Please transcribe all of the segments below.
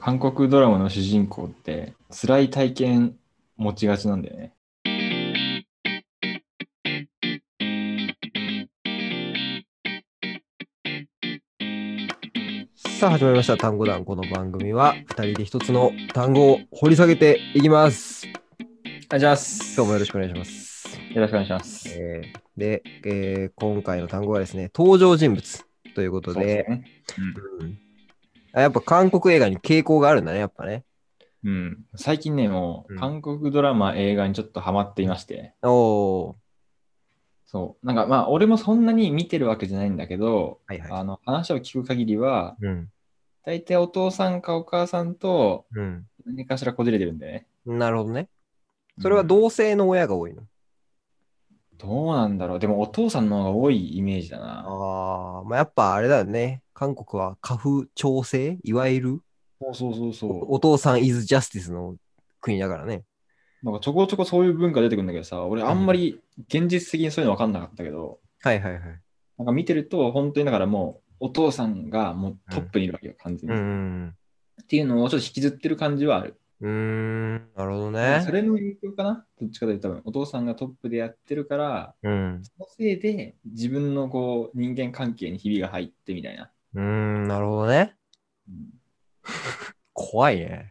韓国ドラマの主人公って辛い体験持ちがちなんだよね。さあ始まりました単語団この番組は二人で一つの単語を掘り下げていきますお願いします。今日もよろししくお願いします、く。よろしくお願いします。えーで、えー今回の単語はですね登場人物ということそうでですねうんあやっぱ韓国映画に傾向があるんだねやっぱねうん、うん最近ね、もう、うん韓国ドラマ、映画にちょっとハマっていまして、おおそう、なんかまあ、俺もそんなに見てるわけじゃないんだけど、はいはいあの話を聞く限りは、うん大体お父さんかお母さんとうん何かしらこじれてるんだよね。なるほどねそれはうん同性の親が多いの、どうなんだろう。でも、お父さんの方が多いイメージだな。ああまあやっぱあれだよね韓国は家父調整いわゆるそうそうそうそう。お父さんイズジャスティスの国だからねなんかちょこちょこそういう文化出てくるんだけどさ、俺あんまり現実的にそういうの分かんなかったけど、はいはいはいなんか見てると本当にだからもうお父さんがもうトップにいるわけよ、完全うに、っんていうのをちょっと引きずってる感じはある。うーん、なるほどねそ。れの影響かなどっちかというと多分お父さんがトップでやってるから、うん、そのせいで自分のこう人間関係にひびが入ってみたいな。うーん、なるほどね。怖いね。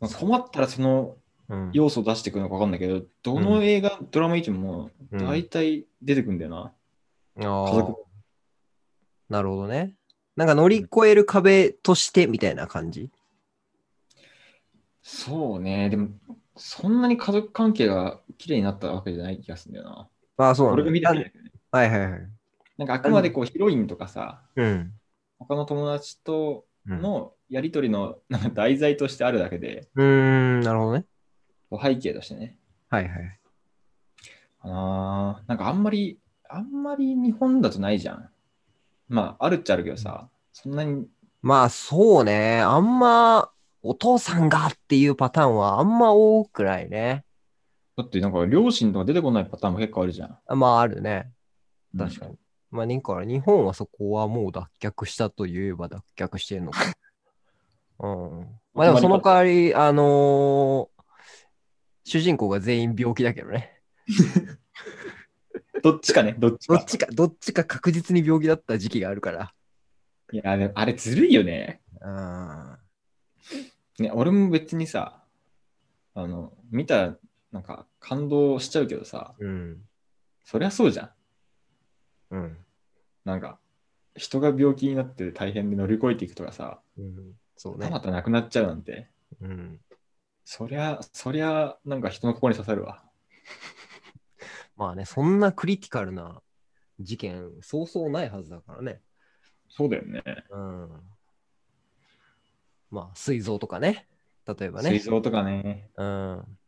うん、困ったらそのうん、要素を出してくるのか分かんないけど、どの映画、ドラマ見てもうん大体出てくるんだよな。あー家族なるほどね。なんか乗り越える壁としてみたいな感じ。そうね、でも、そんなに家族関係が綺麗になったわけじゃない気がするんだよな。まあそう俺がなの、見たわけじゃないけどね。はいはいはい。なんかあくまでこうヒロインとかさ、うん。他の友達とうん、うのやりとりの なんか題材としてあるだけで、ーん、なるほどね。こう背景としてね。はいはい。あのーなんかあんまり、あんまり日本だとないじゃん。まあ、あるっちゃあるけどさ、そんなに、まあそうね。あんま、お父さんがっていうパターンはあんま多くないね。だってなんか両親とか出てこないパターンも結構あるじゃん。まああるね。確かに。まあ、だから日本はそこはもう脱却したといえば脱却してるの か。うん。まあでもその代わり、あのー主人公が全員病気だけどね。うんどっちかね、どっち どかっ。ちか、どっちか確実に病気だった時期があるから。いや、でもあれずるいよね。うん。ね、俺も別にさ、あの、見たらなんか感動しちゃうけどさ、うん。そりゃそうじゃん。うん。なんか、人が病気になって大変で乗り越えていくとかさ、うん、そうたねま。たなくなっちゃうなんて、うん。そりゃ、そりゃ、なんか人の心に刺さるわ。まあね、そんなクリティカルな事件、そうそうないはずだからね。そうだよね。うん。まあ、膵臓とかね。例えば膵ね。臓とかね。うん。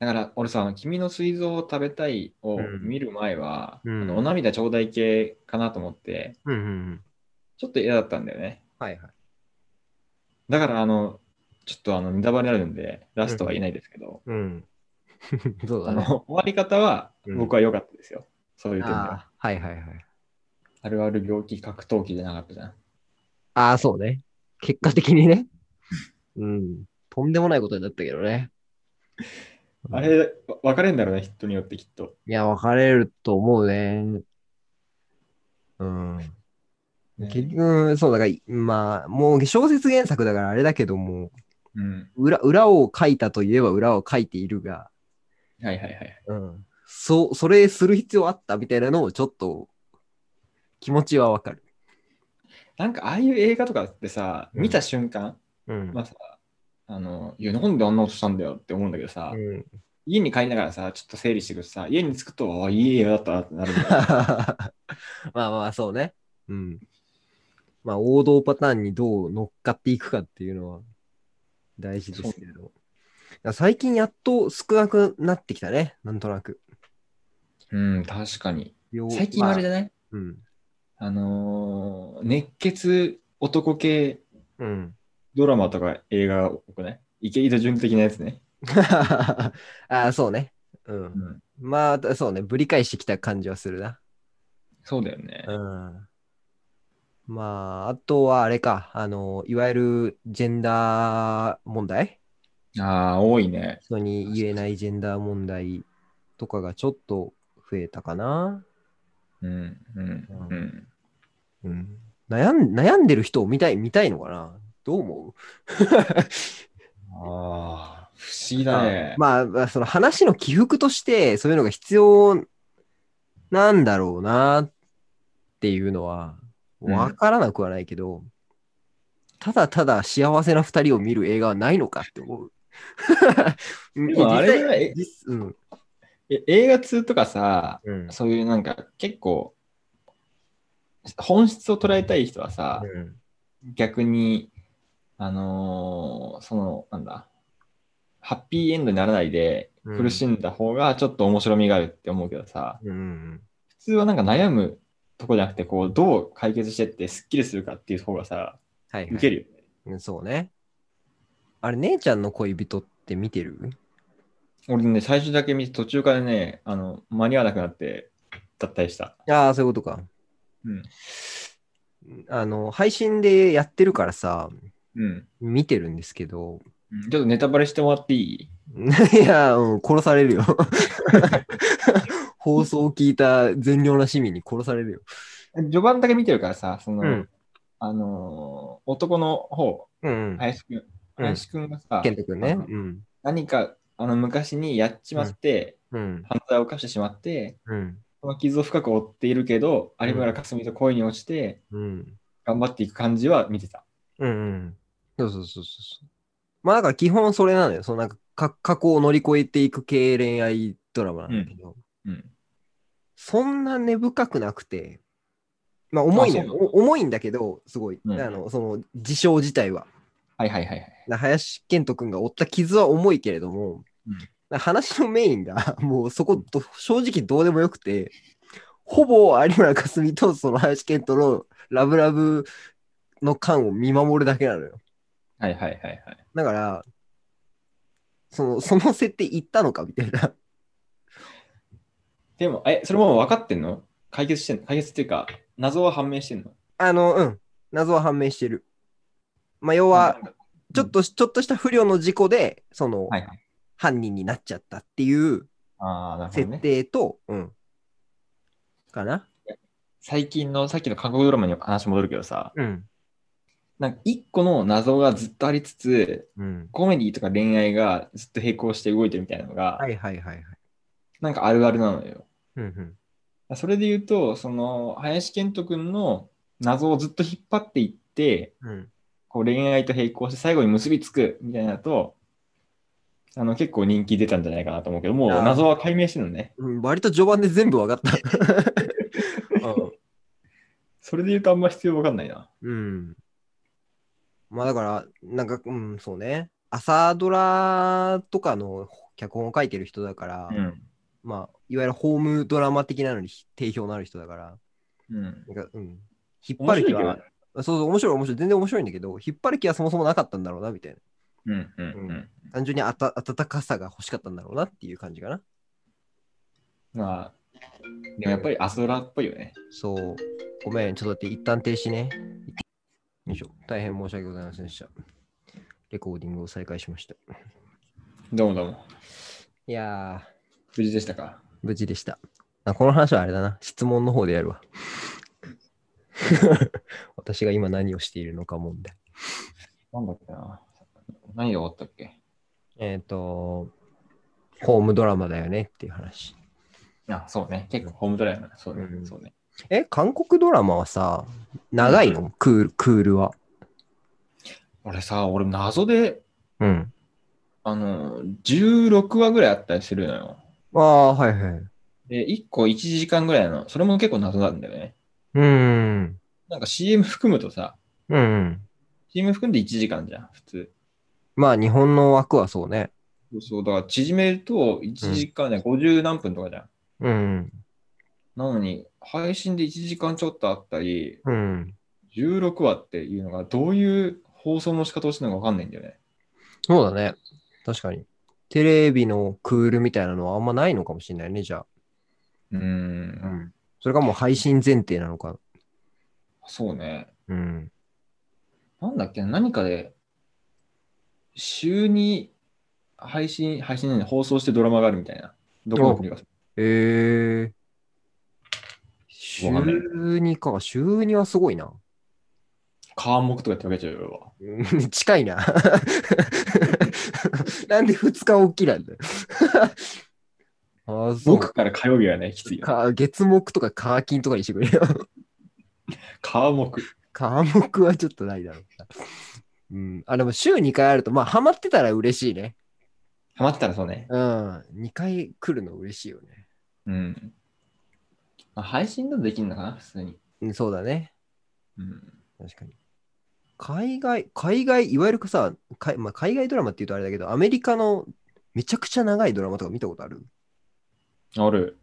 だから、俺さ、あの君の膵臓を食べたいを見る前は、うんあのお涙ちょうだい系かなと思って、うん、うんうん。ちょっと嫌だったんだよね。はいはい。だから、あの、ちょっとあの、ネタバレあるんで、ラストは言えないですけど、うん。そうあだのね。終わり方はうん僕は良かったですよ。そういう点では。あーはいはいはい。あるある病気格闘技じゃなかったじゃん。ああ、そうね。結果的にね。うん。とんでもないことになったけどね。あいれ、わ分かれんだろうね、人によってきっと。や、分かれると思うね。うん。ね結局、そうだから、まあ、もう小説原作だからあれだけども、うん。裏裏を書いたといえば裏を書いているが、はいはいはい。うん。そう、それする必要あったみたいなのをちょっと、気持ちはわかる。なんかああいう映画とかってさ、うん見た瞬間、うんまあさ、あの、いや、なんであんなことしたんだよって思うんだけどさ、うん、家に帰りながらさ、ちょっと整理してくるとさ、家に着くと、ああ、いい映画だったなってなるんだよ。 まあまあ、そうね。うん。まあ、王道パターンにどう乗っかっていくかっていうのは大事ですけれど。だから最近やっと少なくなってきたね、なんとなく。うん、確かに。病最近のあれじゃまない、あうん。あのー熱血男系うん。ドラマとか映画多くない池井戸潤的なやつね。 ああ、そうね。うん。ん。まあ、そうね。ぶり返してきた感じはするな。そうだよね。うん。まあ、あとはあれか、あの、いわゆるジェンダー問題ああ、多いね。人に言えないジェンダー問題とかがちょっと増えたかな。うん、うん、うん。うん、悩ん悩んでる人を見たい、見たいのかなどう思うああ、不思議だね。まあ、まあその話の起伏として、そういうのが必要なんだろうなっていうのは、うんわからなくはないけど、ただただ幸せな二人を見る映画はないのかって思う。でもあれ実はえ際 実うん。え映画通とかさ、うん。そういうなんか結構、本質を捉えたい人はさ、逆に、あのーその、なんだ、ハッピーエンドにならないでうん苦しんだ方がちょっと面白みがあるって思うけどさ、うん。普通はなんか悩むとこじゃなくて、こう、どう解決してってスッキリするかっていう方がさ、はい、はい。受けるよね。うんそうね。あれ、姉ちゃんの恋人って見てる俺ね、最初だけ見て途中からね、あの、間に合わなくなって脱退した。ああ、そういうことか。うん。あの、配信でやってるからさ、うん。見てるんですけど、 うんちょっとネタバレしてもらっていいいや、うん、殺され るよ。放送を聞いた善良な市民に殺されるよ。序盤だけ見てるからさ、その、うんあのー男の方、うん。い。林くん、林くんがさ、健太くんね。あのうん。何かあの昔にやっちまって、うん。犯罪を犯してしまって、うん。その傷を深く負っているけど、有村架純と恋に落ちて、うん。頑張っていく感じは見てた。うんうん。そうそうそうそうそう。まあだから基本それなのよ。そのなんかか過去を乗り越えていく系恋愛ドラマなんだけど、うん。そんな根深くなくて、まあ重いのあよ。そうお重いんだけど、すごい。うんあのその事象自体は。はいはいはいはい。な林健人君が負った傷は重いけれども、うんな話のメインが もうそこと正直どうでもよくてほぼ有村架純とその林健人のラブラブの感を見守るだけなのよはいはいはいはい。だからそのその設定行ったのかみたいなでも、え、それもう分かってんの解決してんの解決っていうか、謎は判明してんのあのうん謎は判明してるまあ要は、ちょっとしちょっとした不慮の事故でそのはいはい。犯人になっちゃったっていうああ、なるほど設ね。定と、うんかな最近のさっきの韓国ドラマに話戻るけどさ、うんなんか一個の謎がずっとありつつ、うん。コメディとか恋愛がずっと並行して動いてるみたいなのが、はいはいはいはい。なんかあるあるなのよ。うんうん。それで言うと、その、林健人君の謎をずっと引っ張っていって、うん、こう恋愛と並行して最後に結びつくみたいなのと、あの結構人気出たんじゃないかなと思うけど、もうあー謎は解明してるのね。うん、割と序盤で全部分かった。 それで言うとあんま必要わかんないな。うん。まあだから、なんか、うん、そうね。朝ドラとかの脚本を書いてる人だから、うん。まあ、いわゆるホームドラマ的なのに定評のある人だから、うん。なんか、うん。引っ面張白る気いけどはね、そうそう、面白い、面白い、全然面白いんだけど、引っ張る気はそもそもなかったんだろうな、みたいな。うんうんうん。単純にあた温かさが欲しかったんだろうなっていう感じかな。まあ、でもやっぱりアスドラっぽいよね。そう。ごめん、ちょっと待って、一旦停止ね。よいしょ。大変申し訳ございませんでした。レコーディングを再開しました。どうもどうも。いや無事でしたか。ー、無事でした。あこの話はあれだな。質問の方でやるわ。 私が今何をしているのか問題。なんだっけな。何で終わったっけえっ、と、ホームドラマだよねっていう話。あ、そうね。結構ホームドライブな。そうね。うんそうね。え、韓国ドラマはさ、長いのクール、クールは。俺さ、俺謎で、うん。あの、16話ぐらいあったりするのよ。ああ、はいはい。で、1個1時間ぐらいの、それも結構謎なんだよね。うん。なんか CM 含むとさ、うん。 CM 含んで1時間じゃん、普通。まあ、日本の枠はそうね。そうそう、だから縮めると1時間ね、50何分とかじゃん。うん。なのに、配信で1時間ちょっとあったり、うん。 16話っていうのがどういう放送の仕方をしてるのかわかんないんだよね。そうだね。確かに。テレビのクールみたいなのはあんまないのかもしれないね、じゃあ。うーん、それがもう配信前提なのか。そうね。うん。なんだっけな何かで、週に配信、配信じゃない放送してドラマがあるみたいな。どこの国が。えー。週わかんない2か。週2はすごいな。科目とかやってるわけじゃよ、俺は。うん近いな。 なんで2日起きなんだよ。ああ、そう僕から火曜日はね、きついよ。か。月木とか火金とかにしてくれよ。科目。科目はちょっとないだろうな。うん。あ、でも週2回あると、まあ、ハマってたら嬉しいね。ハマってたらそうね。うん。2回来るの嬉しいよね。うん。まあ、配信だとできるのかな、普通に。うん、そうだね。うん。確かに。海外、海外、いわゆるさ、かまあ、海外ドラマって言うとあれだけど、アメリカのめちゃくちゃ長いドラマとか見たことあるある。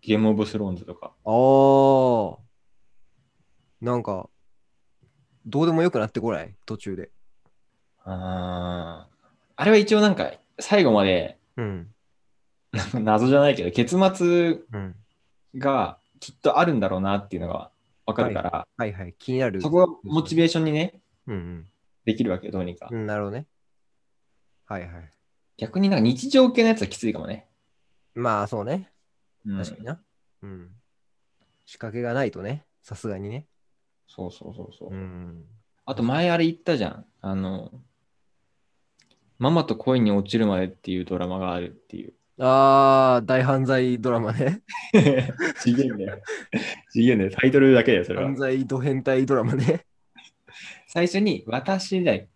ゲームオブスローンズとか。ああ。なんか、どうでもよくなってこない途中で。あーあれは一応なんか、最後まで、 うん。なんか謎じゃないけど、結末うん。がきっとあるんだろうなっていうのが分かるから、はいはい。気になる。そこがモチベーションにね、うんできるわけよ、どうにか。うん。なるほどね。はいはい。逆になんか日常系のやつはきついかもね。まあ、そうね。うん確かにな。うん。仕掛けがないとね。さすがにね。そうそうそうそう。ん。あと前あれ言ったじゃん。あの、ママと恋に落ちるまでっていうドラマがあるって いう。ああ、大犯罪ドラマね。ちげえんだよ。ちげえんだよ。タイトルだけだよ、それは犯。罪ド変態ドラマね。最初に、私じゃない。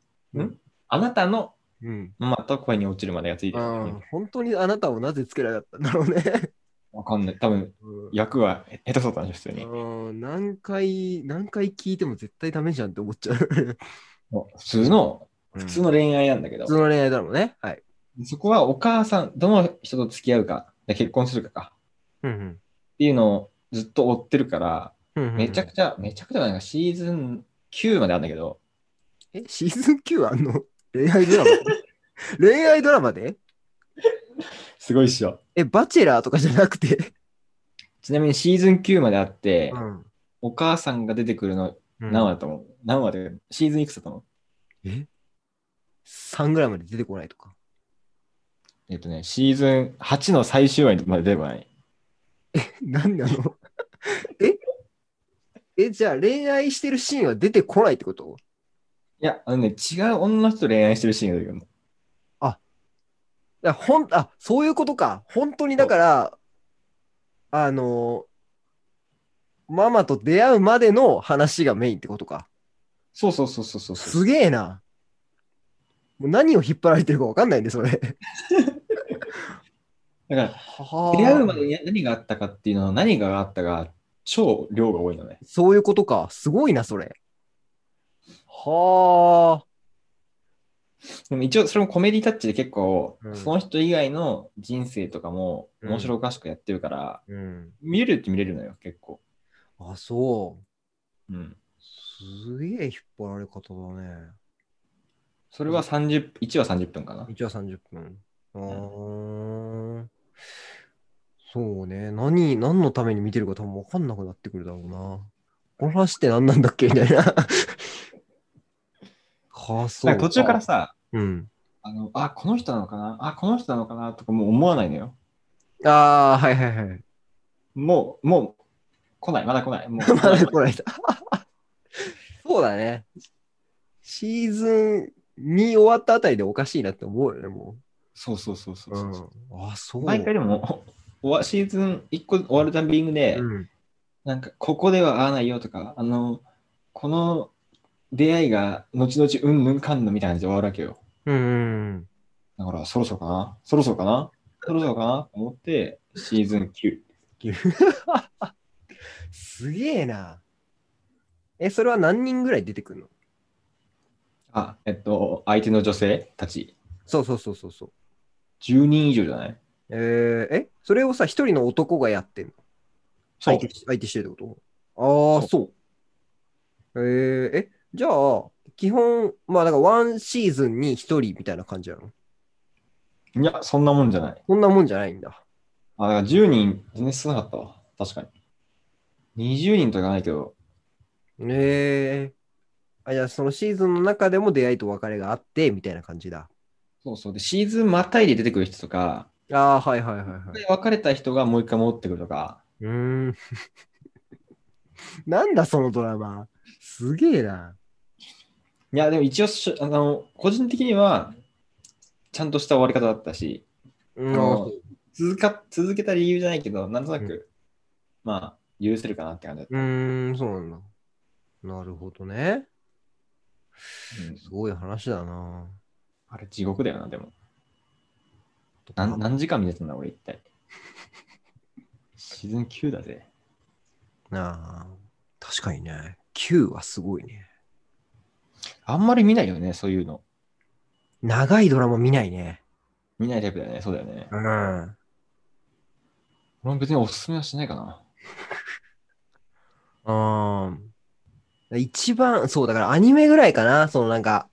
んあなたのうん。ママと恋に落ちるまでがついてうる。ん、本当にあなたをなぜつけなかったんだろうね。わかんない。多分、うん役は下手そうだったんですよ、普通に。うん何回、何回聞いても絶対ダメじゃんって思っちゃう。もう普通の、普普通の恋愛なんだけど普通、の恋愛だろうね。はい。そこはお母さん、どの人と付き合うか、で結婚するかかうんっていうのをずっと追ってるから、うんめちゃくちちゃ、めちゃくちゃなんかシーズン9まであるんだけど、ゃ。え、シーズン9あんの恋愛ドラマ恋愛ドラマですごいっしょ。え、バチェラーとかじゃなくて。ちなみにシーズン9まであって、ん。お母さんが出てくるの何話だと思う、何話でシーズンいくつだと思うえ ?3 ぐらいまで出てこないとか。えっとね、シーズン8の最終話まで出ればない。何なの ええ、じゃあ恋愛してるシーンは出てこないってこといや、あのね、違う女の人と恋愛してるシーンが出てくるの。だほんあそういうことか。本当にだから、あのーママと出会うまでの話がメインってことか。そうそうそうそうそうそう。すげえな。もう何を引っ張られてるか分かんないね、それ。だから、は出会うまでに何があったかっていうのの何があったが超量が多いのね。そういうことか。すごいな、それ。はあ。でも一応それもコメディタッチで結構、うんその人以外の人生とかもうん面白おかしくやってるから、うん。見れるって見れるのよ、結構。あ、そう。うん。すげえ引っ張られ方だね。それは30、1は30分かな。 1話30分。あー、そうね。何、何のために見てるか多分分かんなくなってくるだろうな。この話って何なんだっけみたいな。 はあ、そう。なんか途中から。さ、うん。あの、あ、この人なのかなあ、この人なのかなとかもう思わないのよ。ああ、はいはいはい。もう、もう、来ない、まだ来ない。もう まだ来ない だ。そうだね。シーズン2終わったあたりでおかしいなって思うよね、もそうそうそうそうう。そう、ん。あ、そう。毎回でも、おおシーズン1個終わるタイミングで、うん。なんか、ここでは会わないよとか、あの、この出会いが後々うんぬんかんぬんみたいな感じで終わるわけよ。うんうんだから、そろそろかなそろそろかなそろそろかなと思って、シーズン9。うん。すげえな。え、それは何人ぐらい出てくるのあ、えっと、相手の女性たち、そうそうそうそうそう。 10人以上じゃないえー、え、それをさ、一人の男がやってんのそう相手し相手してるってことああ、そう。えー、え、じゃあ、基本、まあ、だからワンシーズンに一人みたいな感じなのいや、そんなもんじゃない。こんなもんじゃないんだ。あ、だから10人、全然少なかったわ。確かに。20人とかいかないけど、うええあ、じゃあそのシーズンの中でも出会いと別れがあって、みたいな感じだ。そうそう。で、シーズンまたいで出てくる人とか、ああ、はいはいはいはい。で別れた人がもう一回戻ってくるとか、うーん。 なんだそのドラマ。すげえな。いや、でも一応し、あの、個人的には、ちゃんとした終わり方だったし、うんあの続か続けた理由じゃないけど、なんとなく、うまあ、許せるかなって感じだっうーん、そうなんだ。なるほどね。た。うんすごい話だな。あれ、地獄だよな、でも。なん何時間見てたんだ、俺、一体。シーズン9だぜ。なあ。確かにね。9はすごいね。あんまり見ないよね、そういうの。長いドラマ見ないね。見ないタイプだよね、そうだよね。うん。俺も別におすすめはしないかな。うん。一番、そう、だからアニメぐらいかな。そのなんか、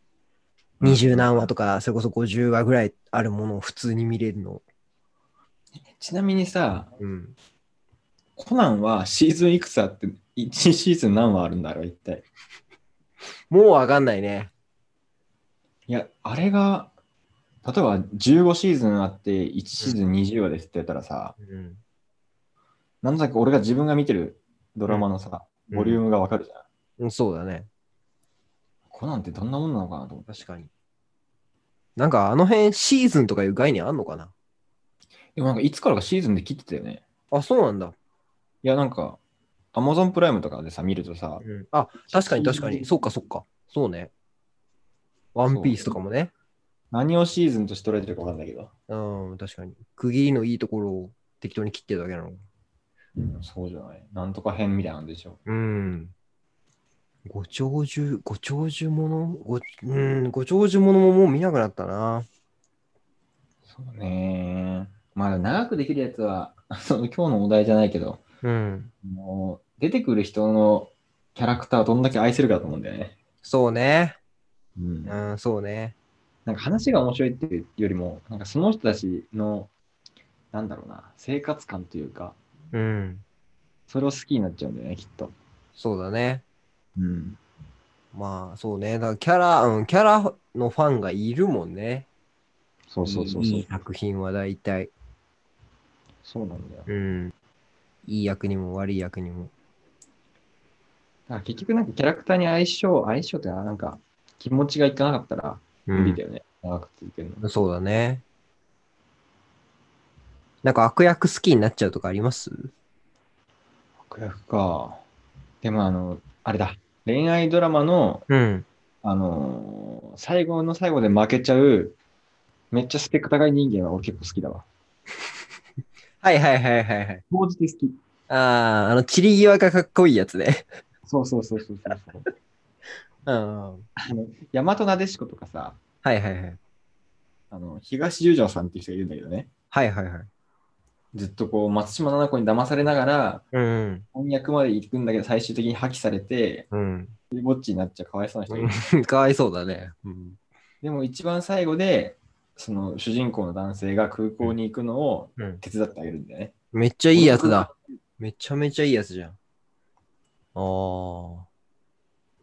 二十何話とか、それこそ50話ぐらいあるものを普通に見れるの。ちなみにさ、うん。コナンはシーズンいくつあって、1シーズン何話あるんだろう、一体。もうわかんないね。いや、あれが、例えば15シーズンあって、1シーズン20話ですってやったらさ、うん。なんとなく俺が自分が見てるドラマのさ、うんボリュームがわかるじゃん。うんそうだね。コナンってどんなもんなのかなと思って。確かに。なんかあの辺シーズンとかいう概念あんのかなでもなんかいつからかシーズンで切ってたよね。あ、そうなんだ。いや、なんか、アマゾンプライムとかでさ、見るとさ、あ、確かに確かに。そっかそっか。そうね。ワンピースとかもね。何をシーズンとして捉えてるかわかんないけど。うん、確かに。区切りのいいところを適当に切ってるだけなの。そうじゃない。なんとか編みたいなんでしょ。うん。ご長寿、ご長寿ものご、うん、ご長寿ものももう見なくなったな。そうね。まあ、長くできるやつは、 その今日のお題じゃないけど、うん。もう出てくる人のキャラクターをどんだけ愛せるかだと思うんだよね。そうね。うんうなんん、そうね。か話が面白いっていうよりも、なんかその人たちの、なんだろうな、生活感というか、うん。それを好きになっちゃうんだよね、きっと。そうだね。うん。まあ、そうね。だからキャラ、うん、キャラのファンがいるもんね。そうそうそうそう。いい作品は大体。そうなんだよ。だうん。いい役にも悪い役にも。から結局なんかキャラクターに相性、相性っていうのはなんか気持ちがいかなかったら無理だよね。長く続けるの。そうだね。なんか悪役好きになっちゃうとかあります悪役か。でもあの、あれだ。恋愛ドラマの、うん。あのー最後の最後で負けちゃう、めっちゃスペック高い人間は俺結構好きだわ。はいはいはいはいはい。当時で好き。ああ、あの、散り際がかっこいいやつね。そうそうそうそうそうそう。うん。はいあの、大和なでしことかさ、はいはい。あの、東十条さんっていう人がいるんだけどね。はいはいはい。ずっとこう、松島菜々子に騙されながら、うん。翻訳まで行くんだけど、最終的に破棄されて、うん。ぼっちになっちゃうかわいそうな人がいる。 かわいそうだね。うん。でも一番最後で、その主人公の男性が空港に行くのをうん。手伝ってあげるんだよね。めっちゃいいやつだ。めちゃめちゃいいやつじゃん。ああ。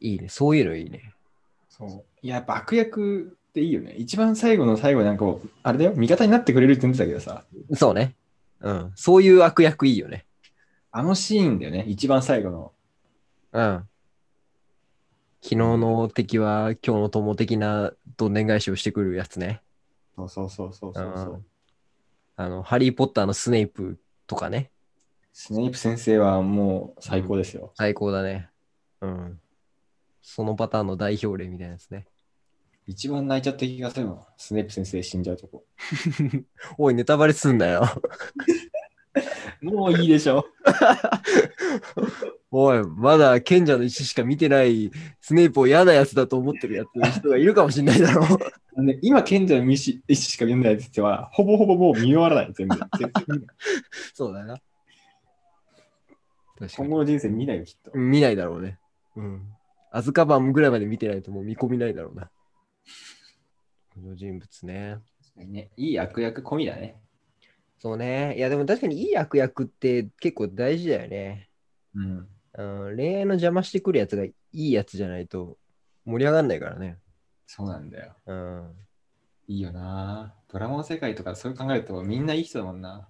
いいね。そういうのいいね。そう。いや、やっぱ悪役っていいよね。一番最後の最後なんかこう、あれだよ、味方になってくれるって言ってたけどさ、そうね。うん。そういう悪役いいよね。あのシーンだよね、一番最後の。うん。昨日の敵は今日の友的などんでん返しをしてくるやつね。そうそうそうそうそうそううんあの、ハリー・ポッターのスネイプとかね。スネイプ先生はもう最高ですよ。最高だね。うん。そのパターンの代表例みたいなやつね。一番泣いちゃった気がするの。スネイプ先生死んじゃうとこ。おい、ネタバレすんなよ。 もういいでしょ。おい、まだ賢者の石しか見てないスネイプを嫌なやつだと思ってるやつ人がいるかもしんないだろ う。ね、今、賢者の一し一しか読んでないって人は、ほぼほぼもう見終わらない、全 部。絶対見ないそうだな。確今かに。後の人生見ないよ、きっと。見ないだろうね。うん。アズカバンぐらいまで見てないともう見込みないだろうな。登場人物ね。ね、いい悪役込みだね。そうね。いやでも確かにいい悪役って結構大事だよね。うん。うん、恋愛の邪魔してくるやつがいいやつじゃないと盛り上がんないからね。そうなんだよ。うん。いいよな。ドラマの世界とかそういう考えるとみんないい人だもんな。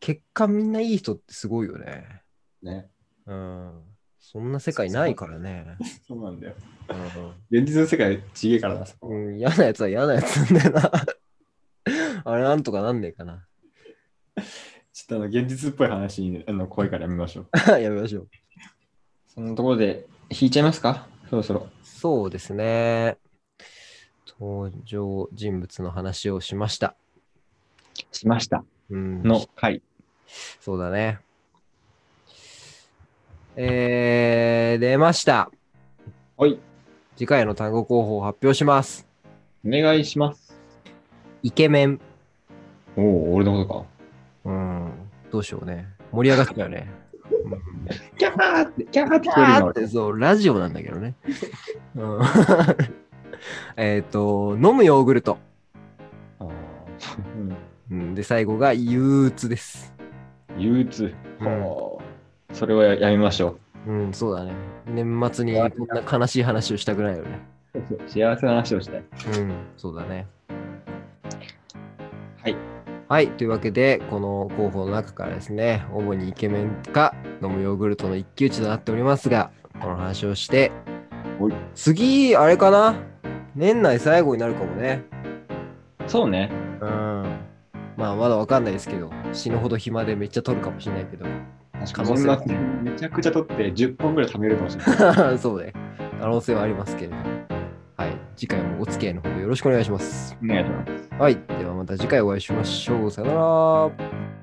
結果みんないい人ってすごいよね。ね。うん。そんな世界ないからね。そうなんだよ。うん現実の世界ちげえからな、そこ。うん、嫌なやつは嫌なやつなん だよな。あれなんとかなんねえかな。 ちょっとあの現実っぽい話にあの怖いからやめましょう。やめましょう。そのところで引いちゃいますかそろそろ。そうですね。登場人物の話をしました。しました。うん、の回。そうだね。えー、出ました。はい。次回の単語候補を発表します。お願いします。イケメン。おお、俺のことか。うん。どうしようね。盛り上がっちゃうね。うんキャーって、キャーって聞こえるあのーってそう、ラジオなんだけどね。うん えっと、飲むヨーグルト。あーうんで、最後が憂鬱です。うん憂鬱。うんほうそれはやめましょうん、そうだね。年末にこんな悲しい話をしたくないよね。う。幸せな話をしたい。うん、そうだね。はい。はい、というわけで、この候補の中からですね、主にイケメンか飲むヨーグルトの一騎打ちとなっておりますが、この話をしてはい、次、あれかな年内最後になるかもね。そうね。うん。まあ、まだわかんないですけど、死ぬほど暇でめっちゃ撮るかもしれないけど。 確可能性は年末めちゃくちゃ取って10本ぐらい貯めるかもしれない。そうね。可能性はありますけれども。はい。次回もお付き合 いのほどよろしくお願いします。お願いします。はい。ではまた次回お会いしましょう。さよなら。